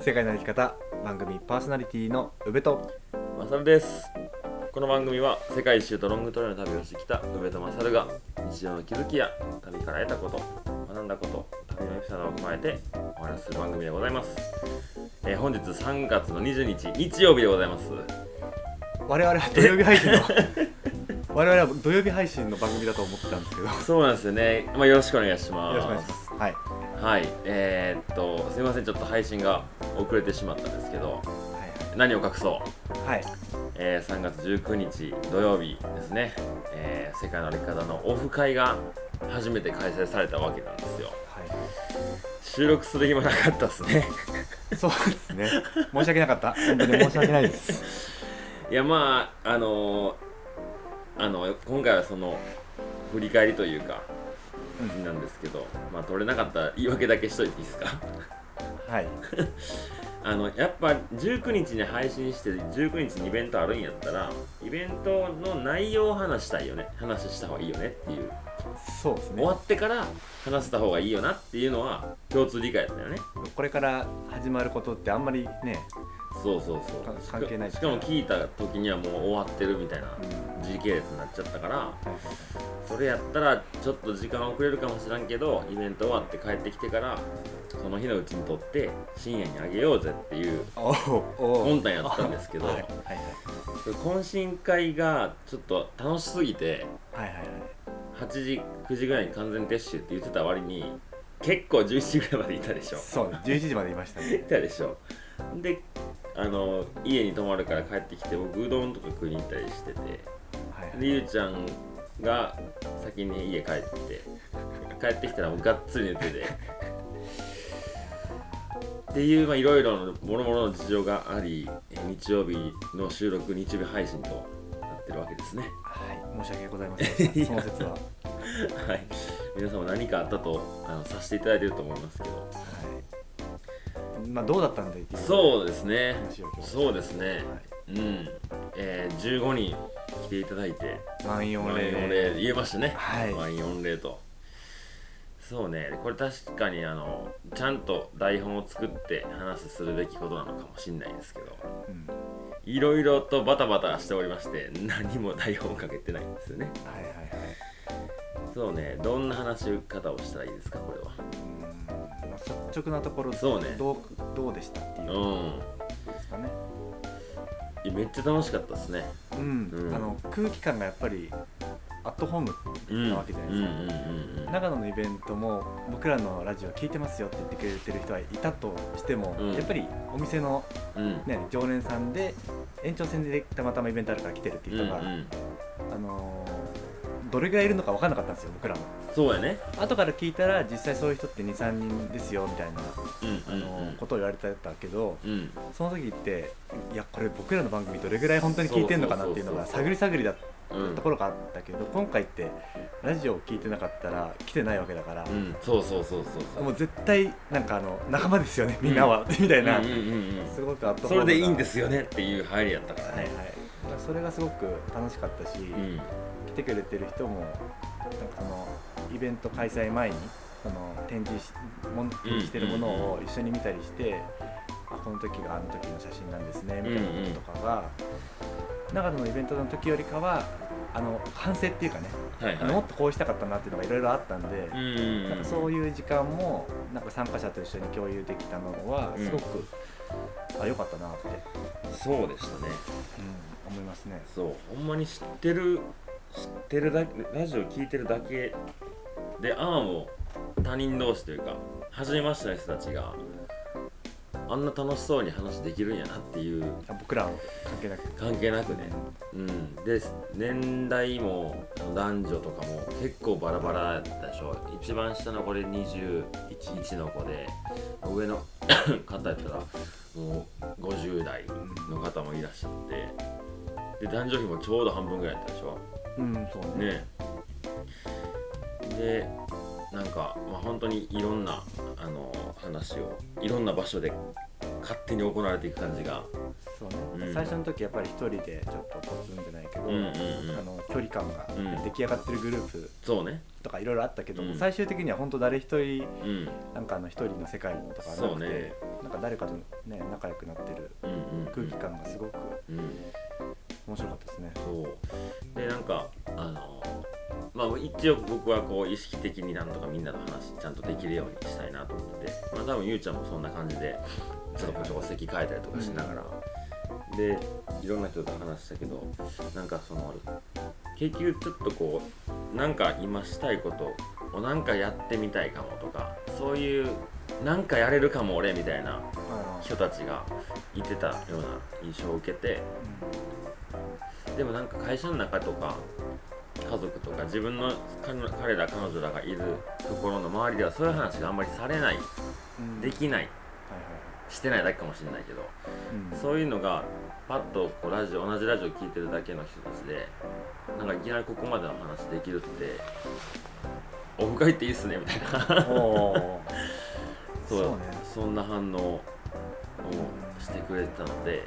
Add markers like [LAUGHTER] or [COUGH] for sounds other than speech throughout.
世界の生き方番組パーソナリティの宇部とマサルですこの番組は世界一周とロングトレイルの旅をしてきた上戸マサルが日常の気づきや旅から得たこと学んだこと旅のエピソードを踏まえてお話しする番組でございます、えー本日3月の20日日曜日でございます我々は土曜日配信の我々は土曜日配信の番組だと思ってたんですけどよそうなんですよね、まあ、よろしくお願いしまろしすくお願いしますはいはいえー、っとすいませんちょっと配信が遅れてしまったんですけど何を隠そうはいはいえー3月19日土曜日ですね、えー世界の歩き方のオフ会が初めて開催されたわけなんですよは収録する暇なかったですね [LAUGHS] いそうですね申し訳なかった本当に申し訳ないですいやまああのーあの今回はその振り返りというかうんなんですけどまあ取れなかったら言い訳だけしといていいですか [LAUGHS] はいあのやっぱ19日に配信して19日にイベントあるんやったらイベントの内容を話したいよね話した方がいいよねっていうそうですね終わってから話せた方がいいよなっていうのは共通理解だよねこれから始まることってあんまりね、そうそうそうかしか関係ないしかも聞いた時にはもう終わってるみたいなうんは時系列になっちゃったからいはいそれやったらちょっと時間遅れるかもしらんけどイベント終わって帰ってきてからその日のうちに撮って深夜にあげようぜっていうはいおおお魂胆やったんですけどはいはいはい懇親会がちょっと楽しすぎてはいはいはい8時9時ぐらいに完全撤収って言ってた割に結構11時ぐらいまでいたでしょそうね11時までいましたね行ったでしょであの家に泊まるから帰ってきて僕うどんとか食いに行ったりしててはいはいでゆうちゃんが先に家帰って帰ってきたらもうがっつり寝ててっていうまあいろいろのもろもろの事情がありえ日曜日の収録日曜日配信となってるわけですね [LAUGHS] はい、申し訳ございませんでした。その説は。はい、はい皆さんも何かあったとあのさせていただいてると思いますけどまあ、どうだったんだいっていう。そうですね話を今日そうですねはうん、えー、15人来ていただいてい。満員御満員御礼。礼言えましたね、はい満員御礼とそうねこれ確かにあのちゃんと台本を作って話すするべきことなのかもしれないですけどうん。いろいろとバタバタしておりまして何も台本かけてないんですよねはいはいはい。そうねどんな話し方をしたらいいですかこれはうんまあ、率直なところ、そうねどう、どうでしたっていうこうんとですかね。いやめっちゃ楽しかったですねうん、うんあの、空気感がやっぱり。アットホームうんなわけじゃないですか。うんうんうんうん長野のイベントも僕らのラジオ聞いてますよって言ってくれてる人はいたとしても、うんやっぱりお店の、うんね、常連さんで延長戦でたまたまイベントあるから来てるってうんいうう人が、んあのーどれぐらいいるのか分からなかったんですよ僕らもそうやね後から聞いたら実際そういう人って23人ですよみたいな、うんあうんのーうんことを言われてたけどうんその時っていやこれ僕らの番組どれぐらい本当に聞いてるのかなっていうのがそうそうそうそう探り探りだっうんたところがあったけど、今回ってラジオを聞いてなかったら来てないわけだから、うん、そうそうそうそうそうもう絶対なんかあの仲間ですよねみんなは、みたいな、うんうんうんうんすごくあったそれでいいんですすよねっていう入りやったからはいはねい、だからそれがすごく楽しかったし、うん来てくれてる人もなんかそのイベント開催前にその展示しもん展示してるものを一緒に見たりして、あこの時があの時の写真なんですねみたいなこととかが、長野のイベントの時よりかはあの反省っていうかね、はいはいもっとこうしたかったなっていうのがいろいろあったんで、うんうんなんかそういう時間もなんか参加者と一緒に共有できたのはうんすごく、あ良かったなって、そうでしたねうん思いますね。そうほんまに知ってる知ってるだけラジオ聞いてるだけでああもう他人同士というか初めましての人たちがあんな楽しそうに話できるんやなっていう僕らは関係なく関係なくねうんで年代も男女とかも結構バラバラやったでしょ一番下の子で21の子で上の [COUGHS] 方やったらもう50代の方もいらっしゃってで男女比もちょうど半分ぐらいやったでしょうん、そうね。ねでなんか、まあ、本当にいろんなあの話をいろんな場所で勝手に行われていく感じがそうね、うん最初の時やっぱり一人でちょっとポツンじゃないけど、うんうんうんあの距離感がうん出来上がってるグループそうねとかいろいろあったけど、うん最終的には本当誰一人うんなんかあの一人の世界とかはなそうくて、ねなんか誰かとね仲良くなってるうんうん空気感がすごくうん面白かったですね。そうでなんかあのまあ一応僕はこう意識的になんとかみんなの話ちゃんとできるようにしたいなと思っててまあ多分ゆうちゃんもそんな感じでちょっとこちょこ席変えたりとかしながら、でいろんな人と話したけどなんかその結局ちょっとこうなんか今したいことをなんかやってみたいかもとかそういうなんかやれるかも俺みたいなあ人たちがいてたような印象を受けてでもなんか会社の中とか家族とか自分の彼彼ら彼女らがいるところの周りではそういう話があんまりされないうんできはないいはいしてないだけかもしれないけどうんそういうのがパッとこうラジオ同じラジオ聴いてるだけの人たちでなんかいきなりここまでの話できるってオフ会っていいっすねみたいなおーそうねそんな反応をしてくれてたので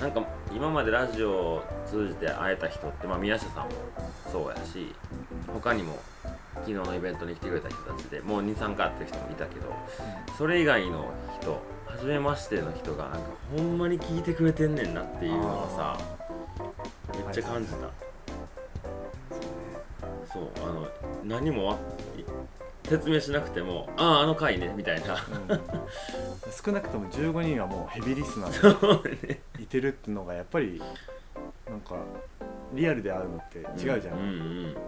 なんか今までラジオを通じて会えた人って、まあ、宮下さんもそうやし他にも昨日のイベントに来てくれた人たちでもう23回会ってる人もいたけどそれ以外の人初めましての人がなんかほんまに聞いてくれてんねんなっていうのがさめっちゃ感じた、そうあの何もわ説明しなくても「あああの回ね」みたいなうん少なくとも15人はもうヘビーリスナーでいてるってのがやっぱりなんかリアルで会うのって違うじゃん,、うんうんなんか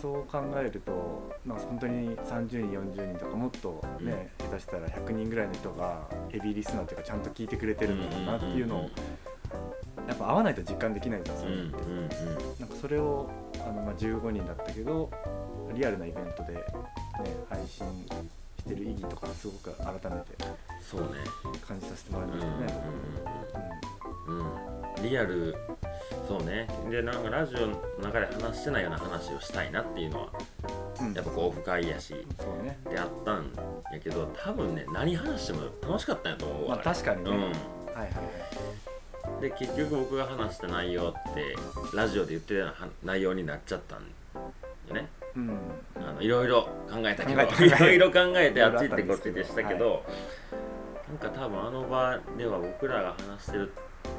そう考えるとなんか本当に30人40人とかもっとね、下手したら100人ぐらいの人がヘビーリスナーっていうかちゃんと聞いてくれてるんだろうなっていうのをやっぱ会わないと実感できないじゃんうそんれうってんうんなんかそれをあの、まあ、15人だったけどリアルなイベントで、ね、配信してる意義とかすごく改めてそうね感じさせてもらいうんまうんしたね。うんうんリアルそうねでなんかラジオの中で話してないような話をしたいなっていうのはうんうんやっぱこうオフ会やしそうね、であったんやけど多分ね何話しても楽しかったんやと思うまわ、あ、確かにね、うはいんはいはいで結局僕が話した内容ってラジオで言ってるようなは内容になっちゃったんよねうんあのいろいろ考えたけ考えどたい [LAUGHS] ろいろ考えいてろいあろあっちった行ってんこでっすちけどでしたけど、なんか多分あの場では僕らが話してる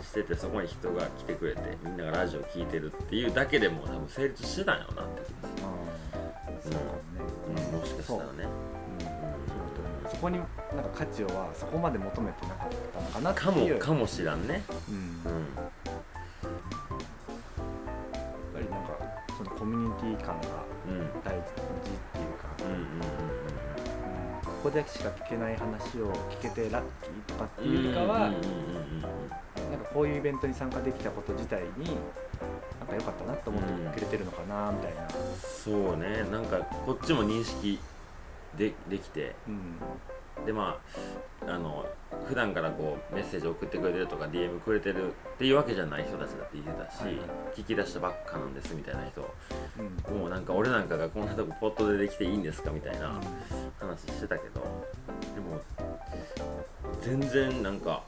しててそこに人が来てくれてみんながラジオ聞いてるっていうだけでも多分成立してたんやろうなって気があーそうだする、ね、うん、もしかしたらねうんそこになんか価値はそこまで求めてなかったのかなってかもいうかもしらんねうん、やうっんぱりなんかそのコミュニティ感がうんうん大事っていうか、うんここでしか聞けない話を聞けてラッキーとかっていうよりかは、うんうんなんかこういうイベントに参加できたこと自体になんか良かったなと思ってくれてるのかなみたいな、そうねなんかこっちも認識でできてうんでまああの普段からこうメッセージ送ってくれてるとか DM くれてるっていうわけじゃない人たちだって言ってたし、はいはい聞き出したばっかなんですみたいな人うんもうなんか俺なんかがこんなとこポットでできていいんですかみたいな話してたけどでも全然なんか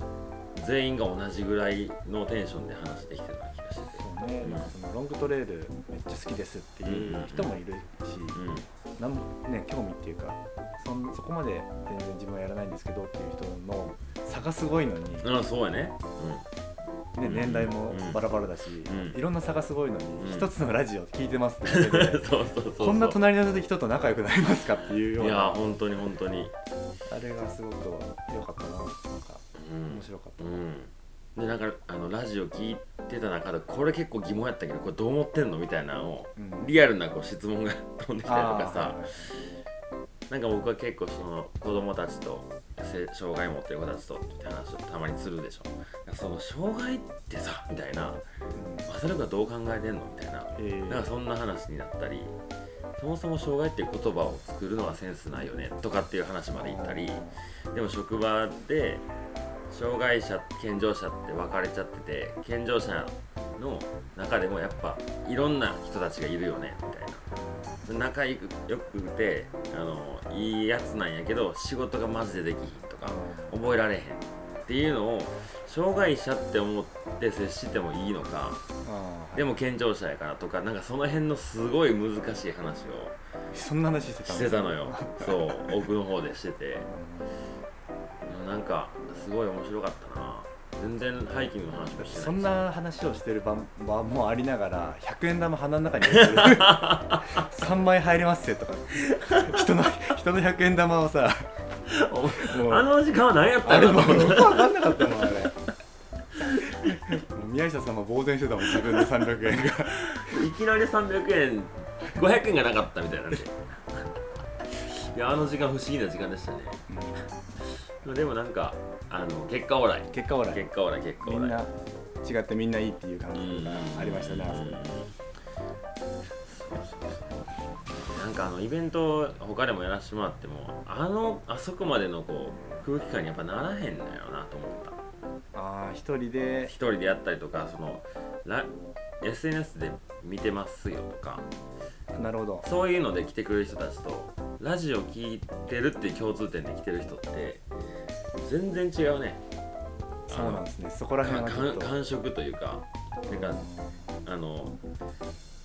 全員が同じぐらいのテンションで話できてるような気がしてて。そうね、なんかそのロングトレイルめっちゃ好きですっていう人もいるし、うんなんもね、興味っていうかそんそこまで全然自分はやらないんですけどっていう人の差がすごいのに、ね、あそうやね、うん年代もバラバラだし、うんいろんな差がすごいのに、うん一つのラジオ聞いてますって [LAUGHS] だけうでん、 [LAUGHS] そうそうそうそうこんな隣の人と仲良くなりますかっていうよういやな本当に本当にあれがすごく良かったななんかうん面白かった、うん、でなんかあのラジオ聞いてた中でこれ結構疑問やったけどこれどう思ってんのみたいなのをうんリアルなこう質問が飛んできたりとかあーはいさはいなんか僕は結構その子供たちとせ障害持ってる子たちとって話をたまにするでしょなんかその障害ってさみたいなそれがどう考えてんのみたいなうんえーなんかそんな話になったりそもそも障害っていう言葉を作るのはセンスないよねとかっていう話までいったりでも職場で障害者健常者って分かれちゃってて健常者の中でもやっぱいろんな人たちがいるよねみたいな仲良くよくてあのいいやつなんやけど仕事がマジでできひんとか覚えられへんっていうのを障害者って思って接してもいいのかでもも健常者やからとかなんかその辺のすごい難しい話をそんな話してたんしてたのよそう奥の方でしててうんなんかすごい面白かったな全然ハイキングの話もしてないしそんな話をしてる場場もありながら100円玉鼻の中に入れてる [LAUGHS] 3枚入れますよとか人の人の100円玉をさもうあの時間は何やったあれのもう分かんなかったもんあれもう宮下様呆然してたもん自分の300円がいきなり300円500円がなかったみたいなんでいやあの時間不思議な時間でしたねでもなんかあの結果オーライ結果ほら [LAUGHS] 結果オーライ結果みオーんライな違ってみんないいっていう感じがありましたねあそこうんなんかあのイベント他でもやらせてもらってもあのあそこまでのこう空気感にやっぱならへんのよなと思ったああ一人で一人でやったりとかそのラ SNS で見てますよとかなるほどそういうので来てくれる人たちとラジオ聞いてるっていう共通点で来てる人って全然違うねそうなんですねそこら辺はちょっかと感触というかてかあの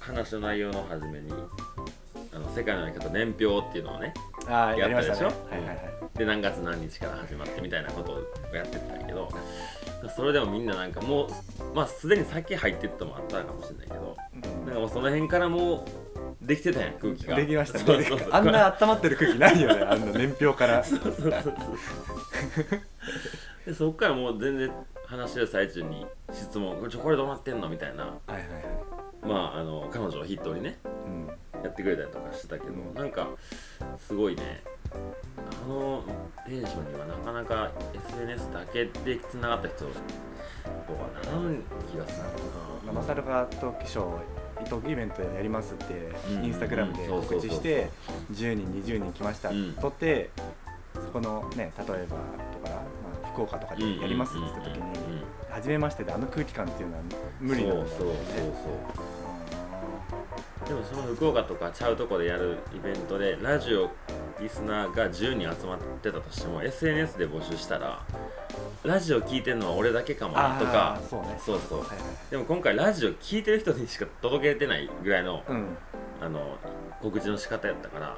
話の内容の初めに「あの世界のやり方年表」っていうのをねああやりましたねやはったでしょいはいはいで何月何日から始まってみたいなことをやってたんやけどそれでもみんななんかもうまあすでに先入ってったのもあったかもしれないけどなんかもうその辺からもうできてたやん空気ができましたそうそうねそうあんな温まってる空気ない [LAUGHS] よねあんな年表からそうそうそうそうでそっからもう全然話してる最中に質問「ちょこれどうなってんの?」みたいなはいはいはい、まああの彼女を筆頭にねうん、やってくれたりとかしてたけど、うんなんかすごいねあのテンションにはなかなか SNS だけでつながった人とはならん気がするなマサルがトークショートークイベントやりますって、うんインスタグラムでうん告知して10人20人来ました、うんとってそこのね例えばとか、まあ、福岡とかでやりますって言った時に、うんうんうん初めましてであの空気感っていうのは無理なんだそうそうそうそうでもその福岡とかちゃうとこでやるイベントでラジオリスナーが10人集まってたとしても SNS で募集したらラジオ聞いてるのは俺だけかもなあとあかーそうねそうそうはいはいでも今回ラジオ聞いてる人にしか届けてないぐらいのはいうんあの告知の仕方やったから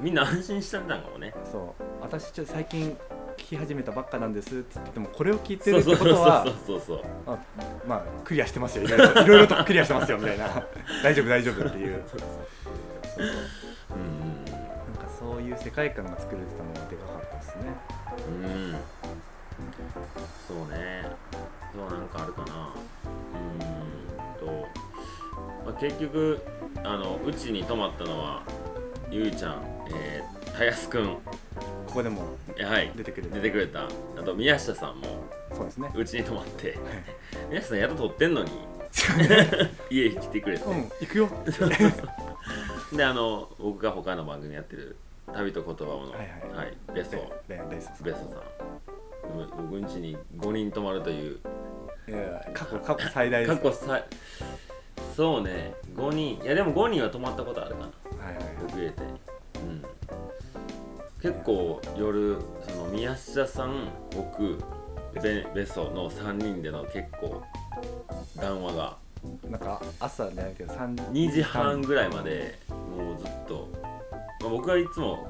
みんな安心したんだかもねそう私ちょっと最近聞き始めたばっかなんですっつっててもこれを聞いてるってことはそうそうそうそうあまあクリアしてますよいろいろいろいろとクリアしてますよみたい [LAUGHS] な大丈夫大丈夫っていうなんうんかそういう世界観が作れてたのがでかかったですね。うんうんそうねそうなんかあるかなうーんと、まあ、結局あのうちに泊まったのはゆいちゃんえー、たやすくんここでもえはい出てくる。出てくれたあと宮下さんもそうですね。うちに泊まって宮下さん宿取ってんのに [LAUGHS] 家来てくれて、うん、行くよ。はい [LAUGHS] であの僕が他の番組やってる「旅と言葉をの」はいはいベストで、で、そうベストさんでも僕ん家に5人泊まるといういや過去、過去最大で過す。は去最そうね5人いやでも5人は泊まったことあるかないはい僕入れてうん結構夜その宮下さん僕ベベストの3人での結構談話がはい。なんか、朝じゃないけど、三2時半。ぐらいまでもうずっと、まあ、僕はいつも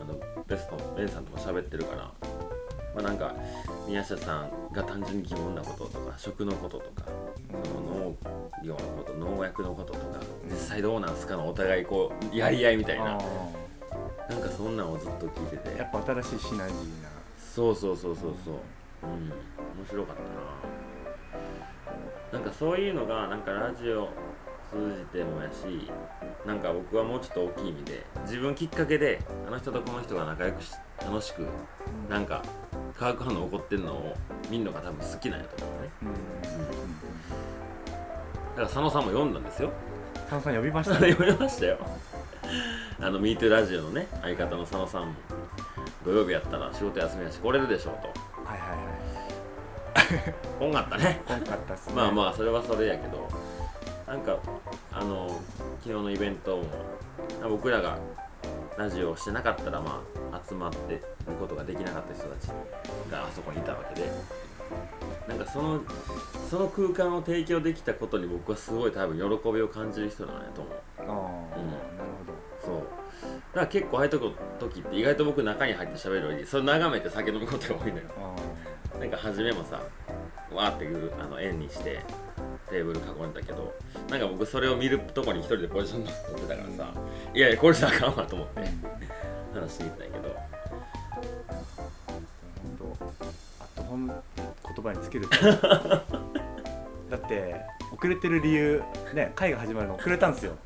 あのベストのベンさんとも喋ってるから、まあ、なんか宮下さんが単純に疑問なこととか食のこととかその農業のこと農薬のこととか実際どうなんすかのお互いこうやり合いみたいなあなんかそんなんをずっと聞いてーやてっぱ新しいシナジーな。そうそうそうそうそううん面白かったななんかそういうのがなんかラジオ通じてもやしなんか僕はもうちょっと大きい意味で自分きっかけであの人とこの人が仲良くし楽しくなんか化学反応起こってるのを見るのが多分好きなんやと思うねうん。うん。だから佐野さんも読んだんですよ [LAUGHS] 佐野さん呼びましたね。読みましたよ [LAUGHS] あの「MeToo ラジオ」のね相方の佐野さんも土曜日やったら仕事休みやし来れるでしょうとはいはいはい。本があったね多かったっすね。まあまあそれはそれやけどなんかあの昨日のイベントも僕らがラジオをしてなかったらまあ集まってることができなかった人たちがあそこにいたわけでなんかそのその空間を提供できたことに僕はすごい多分喜びを感じる人なんやと思うああ、なるほどそうだから結構ああいうとこ時って意外と僕中に入って喋るよりそれ眺めて酒飲むことが多いのよあなんか初めもさわーってぐるあの円にしてテーブル囲んだけどなんか僕それを見るとこに一人でポジション取ってたからさいやいやこれじゃあかんわと思ってあ、うん、なる話しに行ったんやけどほどアットホーム言葉につけるだって遅れてる理由ね会が始まるの遅れたんですよ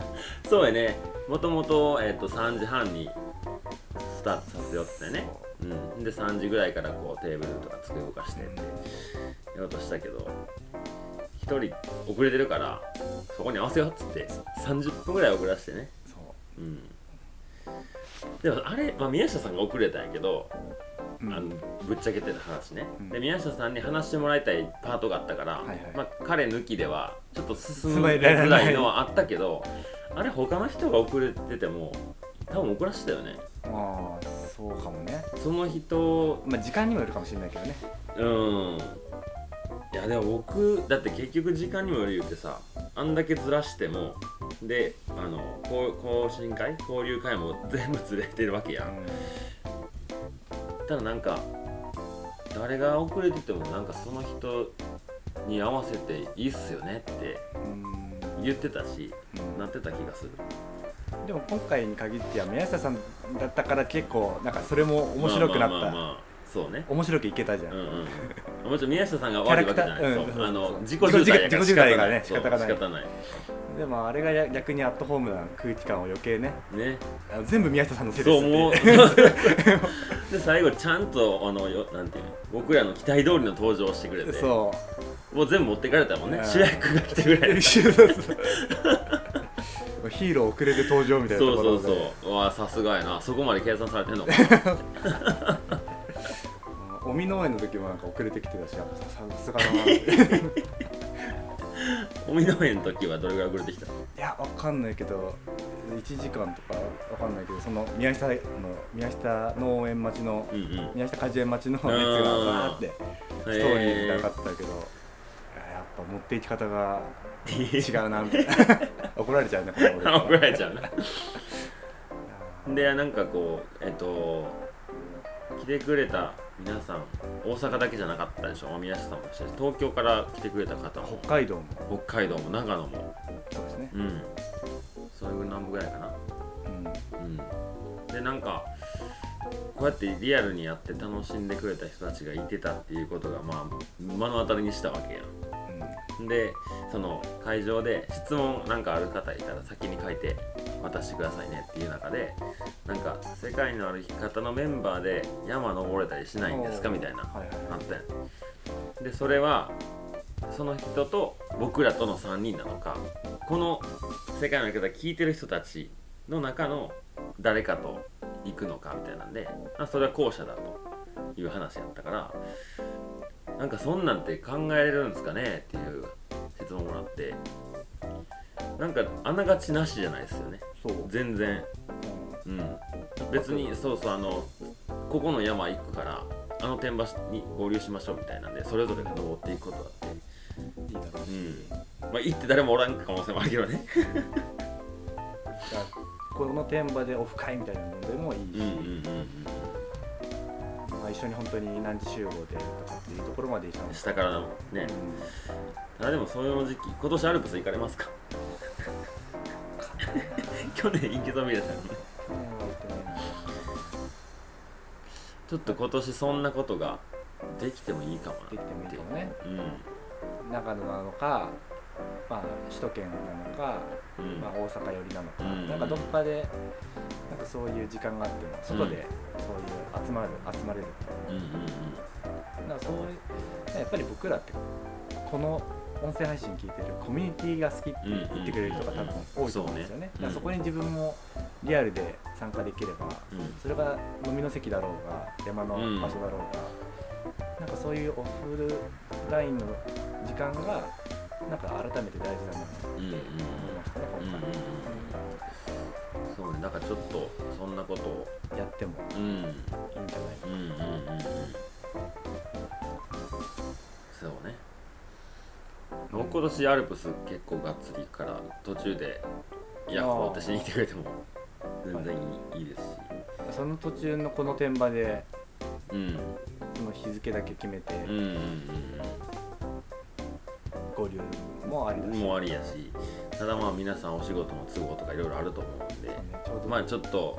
そうやねもともと,、えっと3時半にスタートさせようってねうん、で3時ぐらいからこうテーブルとか机動かしてってやろうとしたけど1人遅れてるからそこに合わせようっつって30分ぐらい遅らしてねそううんでもあれ、まあ、宮下さんが遅れたんやけど、うんあのぶっちゃけてた話ね、うんで宮下さんに話してもらいたいパートがあったから、はいはいまあ、彼抜きではちょっと進進むめられないづらいのはあったけどあれ他の人が遅れてても多分遅らしてたよねまあそうかもねその人まあ時間にもよるかもしれないけどねうんいやでも僕だって結局時間にもよる言うてさあんだけずらしてもであのこう更新会交流会も全部ずれてるわけやんただなんか誰が遅れててもなんかその人に合わせていいっすよねってうん、うん言ってたしうんなってた気がするでも今回に限っては宮下さんだったから結構なんかそれも面白くなった、まあまあまあまあそうね面白くいけたじゃん、うんうんもちろん宮下さんが悪いわけじゃなキャラい、クターうんそうあそうの自己渋滞やか自ら己仕渋滞方やかならいねそう仕方がない仕方ないでもあれが逆にアットホームな空気感を余計ねねあの全部宮下さんのせいでそすっうてもうで最後ちゃんとあのよなんていうの僕らの期待通りの登場をしてくれてそもう全部持ってかれたもんねうん主役が来てうく [LAUGHS] れてそうそうヒーロー遅れて登場みたいなそとうこそろうでそううわさすがやなそこまで計算されてんのかなうんお見の絵の時もなんか遅れてきてたしやっぱささすがだ [LAUGHS] なってお見の絵の時はどれぐらい遅れてきたいやわかんないけど1時間とかわかんないけどその宮下の宮下農園町のうんうん宮下果樹園町の熱がバーってストーリーなかったけど、いややっぱ持っていき方が違うなみたい [LAUGHS] な怒られちゃうねこの俺へー [LAUGHS] 怒られちゃうなでなんかこうえっと来てくれた皆さん大阪だけじゃなかったでしょ宮下さんもそうだし東京から来てくれた方も北海道も北海道も長野もそうですね、うんそれぐらい何部ぐらいかなうん、うんでなんかこうやってリアルにやって楽しんでくれた人たちがいてたっていうことがまあ目の当たりにしたわけやんでその会場で質問なんかある方いたら先に書いて渡してくださいねっていう中でなんか「世界の歩き方」のメンバーで山登れたりしないんですかみたいなはいはいあったやんでそれはその人と僕らとの3人なのかこの世界の中で聞いてる人たちの中の誰かと行くのかみたいなんであそれは後者だという話やったからなんかそんなんて考えれるんですかねっていう質問もらってなんかあながちなしじゃないですよねそう、うん全然うん別にそうそうあのここの山行くからあの天橋に合流しましょうみたいなんでそれぞれが登っていくことだっていいだろううんまあ行って誰もおらん可能性もあるけどねじゃあこの天場でオフ会みたいなのでもいいし、まあ、一緒に本当に何時集合でとかっていうところまで一緒に、下からのねうんただでもそういう時期今年アルプス行かれ [LAUGHS] ますか去年行けたみ去年は行ってれたのにないなちょっと今年そんなことができてもいいかもできなてもいいけどねうん長野なのか、まあ、首都圏なのかうんまあ、大阪寄りなのか、うんなんかどっかでなんかそういう時間があっても外でそういう集まる集まれるうんうんなんかそういうやっぱり僕らってこの音声配信聞いてるコミュニティが好きって言ってくれる人が多分多いと思うんですよねそうねだからそこに自分もリアルで参加できればうんうんそれが飲みの席だろうが山の場所だろうが、なんかそういうオフラインの時間がなんか改めて大事だなとうんう思んいましたねうんうん今そうね、なんかちょっとそんなことを、回やってもうん、うんうんうんいいんじゃないかうんそうね僕今年アルプス結構がっつり行くから途中でいやあーこう私に行ってくれても全然いい,、い、いですしその途中のこの天場でうんこの日付だけ決めてうんうん合流もありうだんし、もうありやしただまあ皆さんお仕事も都合とかいろいろあると思うんでちょうど、まあちょっと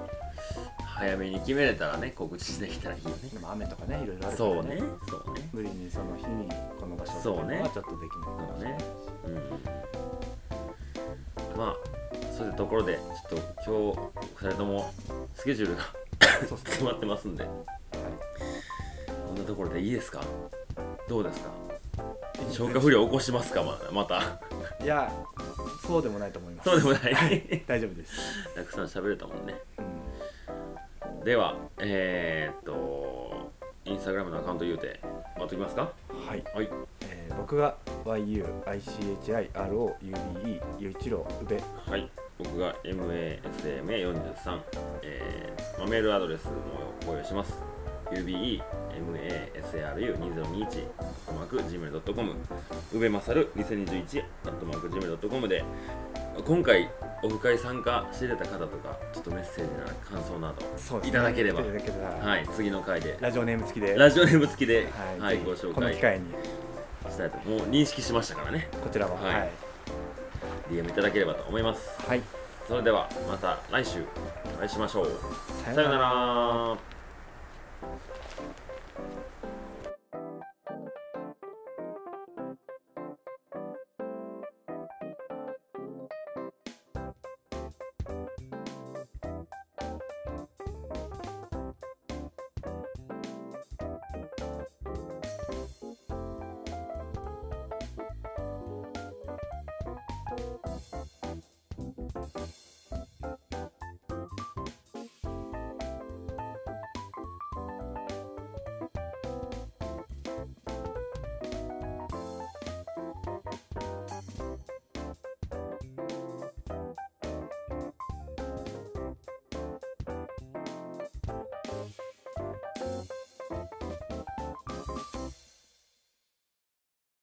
早めに決めれたらね告知できたらいいよねでも雨とかねいろいろあるからそうねそうね無理にその日にこの場所そうねはちょっとできないかもしれないしうんまあそういうところでちょっと今日2人ともスケジュールがそうです [LAUGHS] 詰ね、まってますんではこんなところでいいですかどうですかい、消化不良起こしますかま [LAUGHS] またいやそうでもないと思いますそうでもない大丈夫です、たくさん喋れたもんねうんではえー、っとインスタグラムのアカウント言うて待っときますかはいはいえー僕が YUICHIROUBE ゆういちろううべはい、僕が MASMA43、えーまあ、メールアドレスもご用意します。UBEMASRU2021、マーク Gmail.com、うべまさる2021、アットマーク Gmail.com で、今回、オフ会参加していただいた方とか、ちょっとメッセージな感想なそうどいただければ、いただければはい、次の回で、ラジオネーム付きでラジオネーム付きで、はいはい、ぜひご紹この介機会にしたいと、もう認識しましたからね、こちらはははいい、はい DM いただければと思います。それでは、また来週お会いしましょう。ささよなら。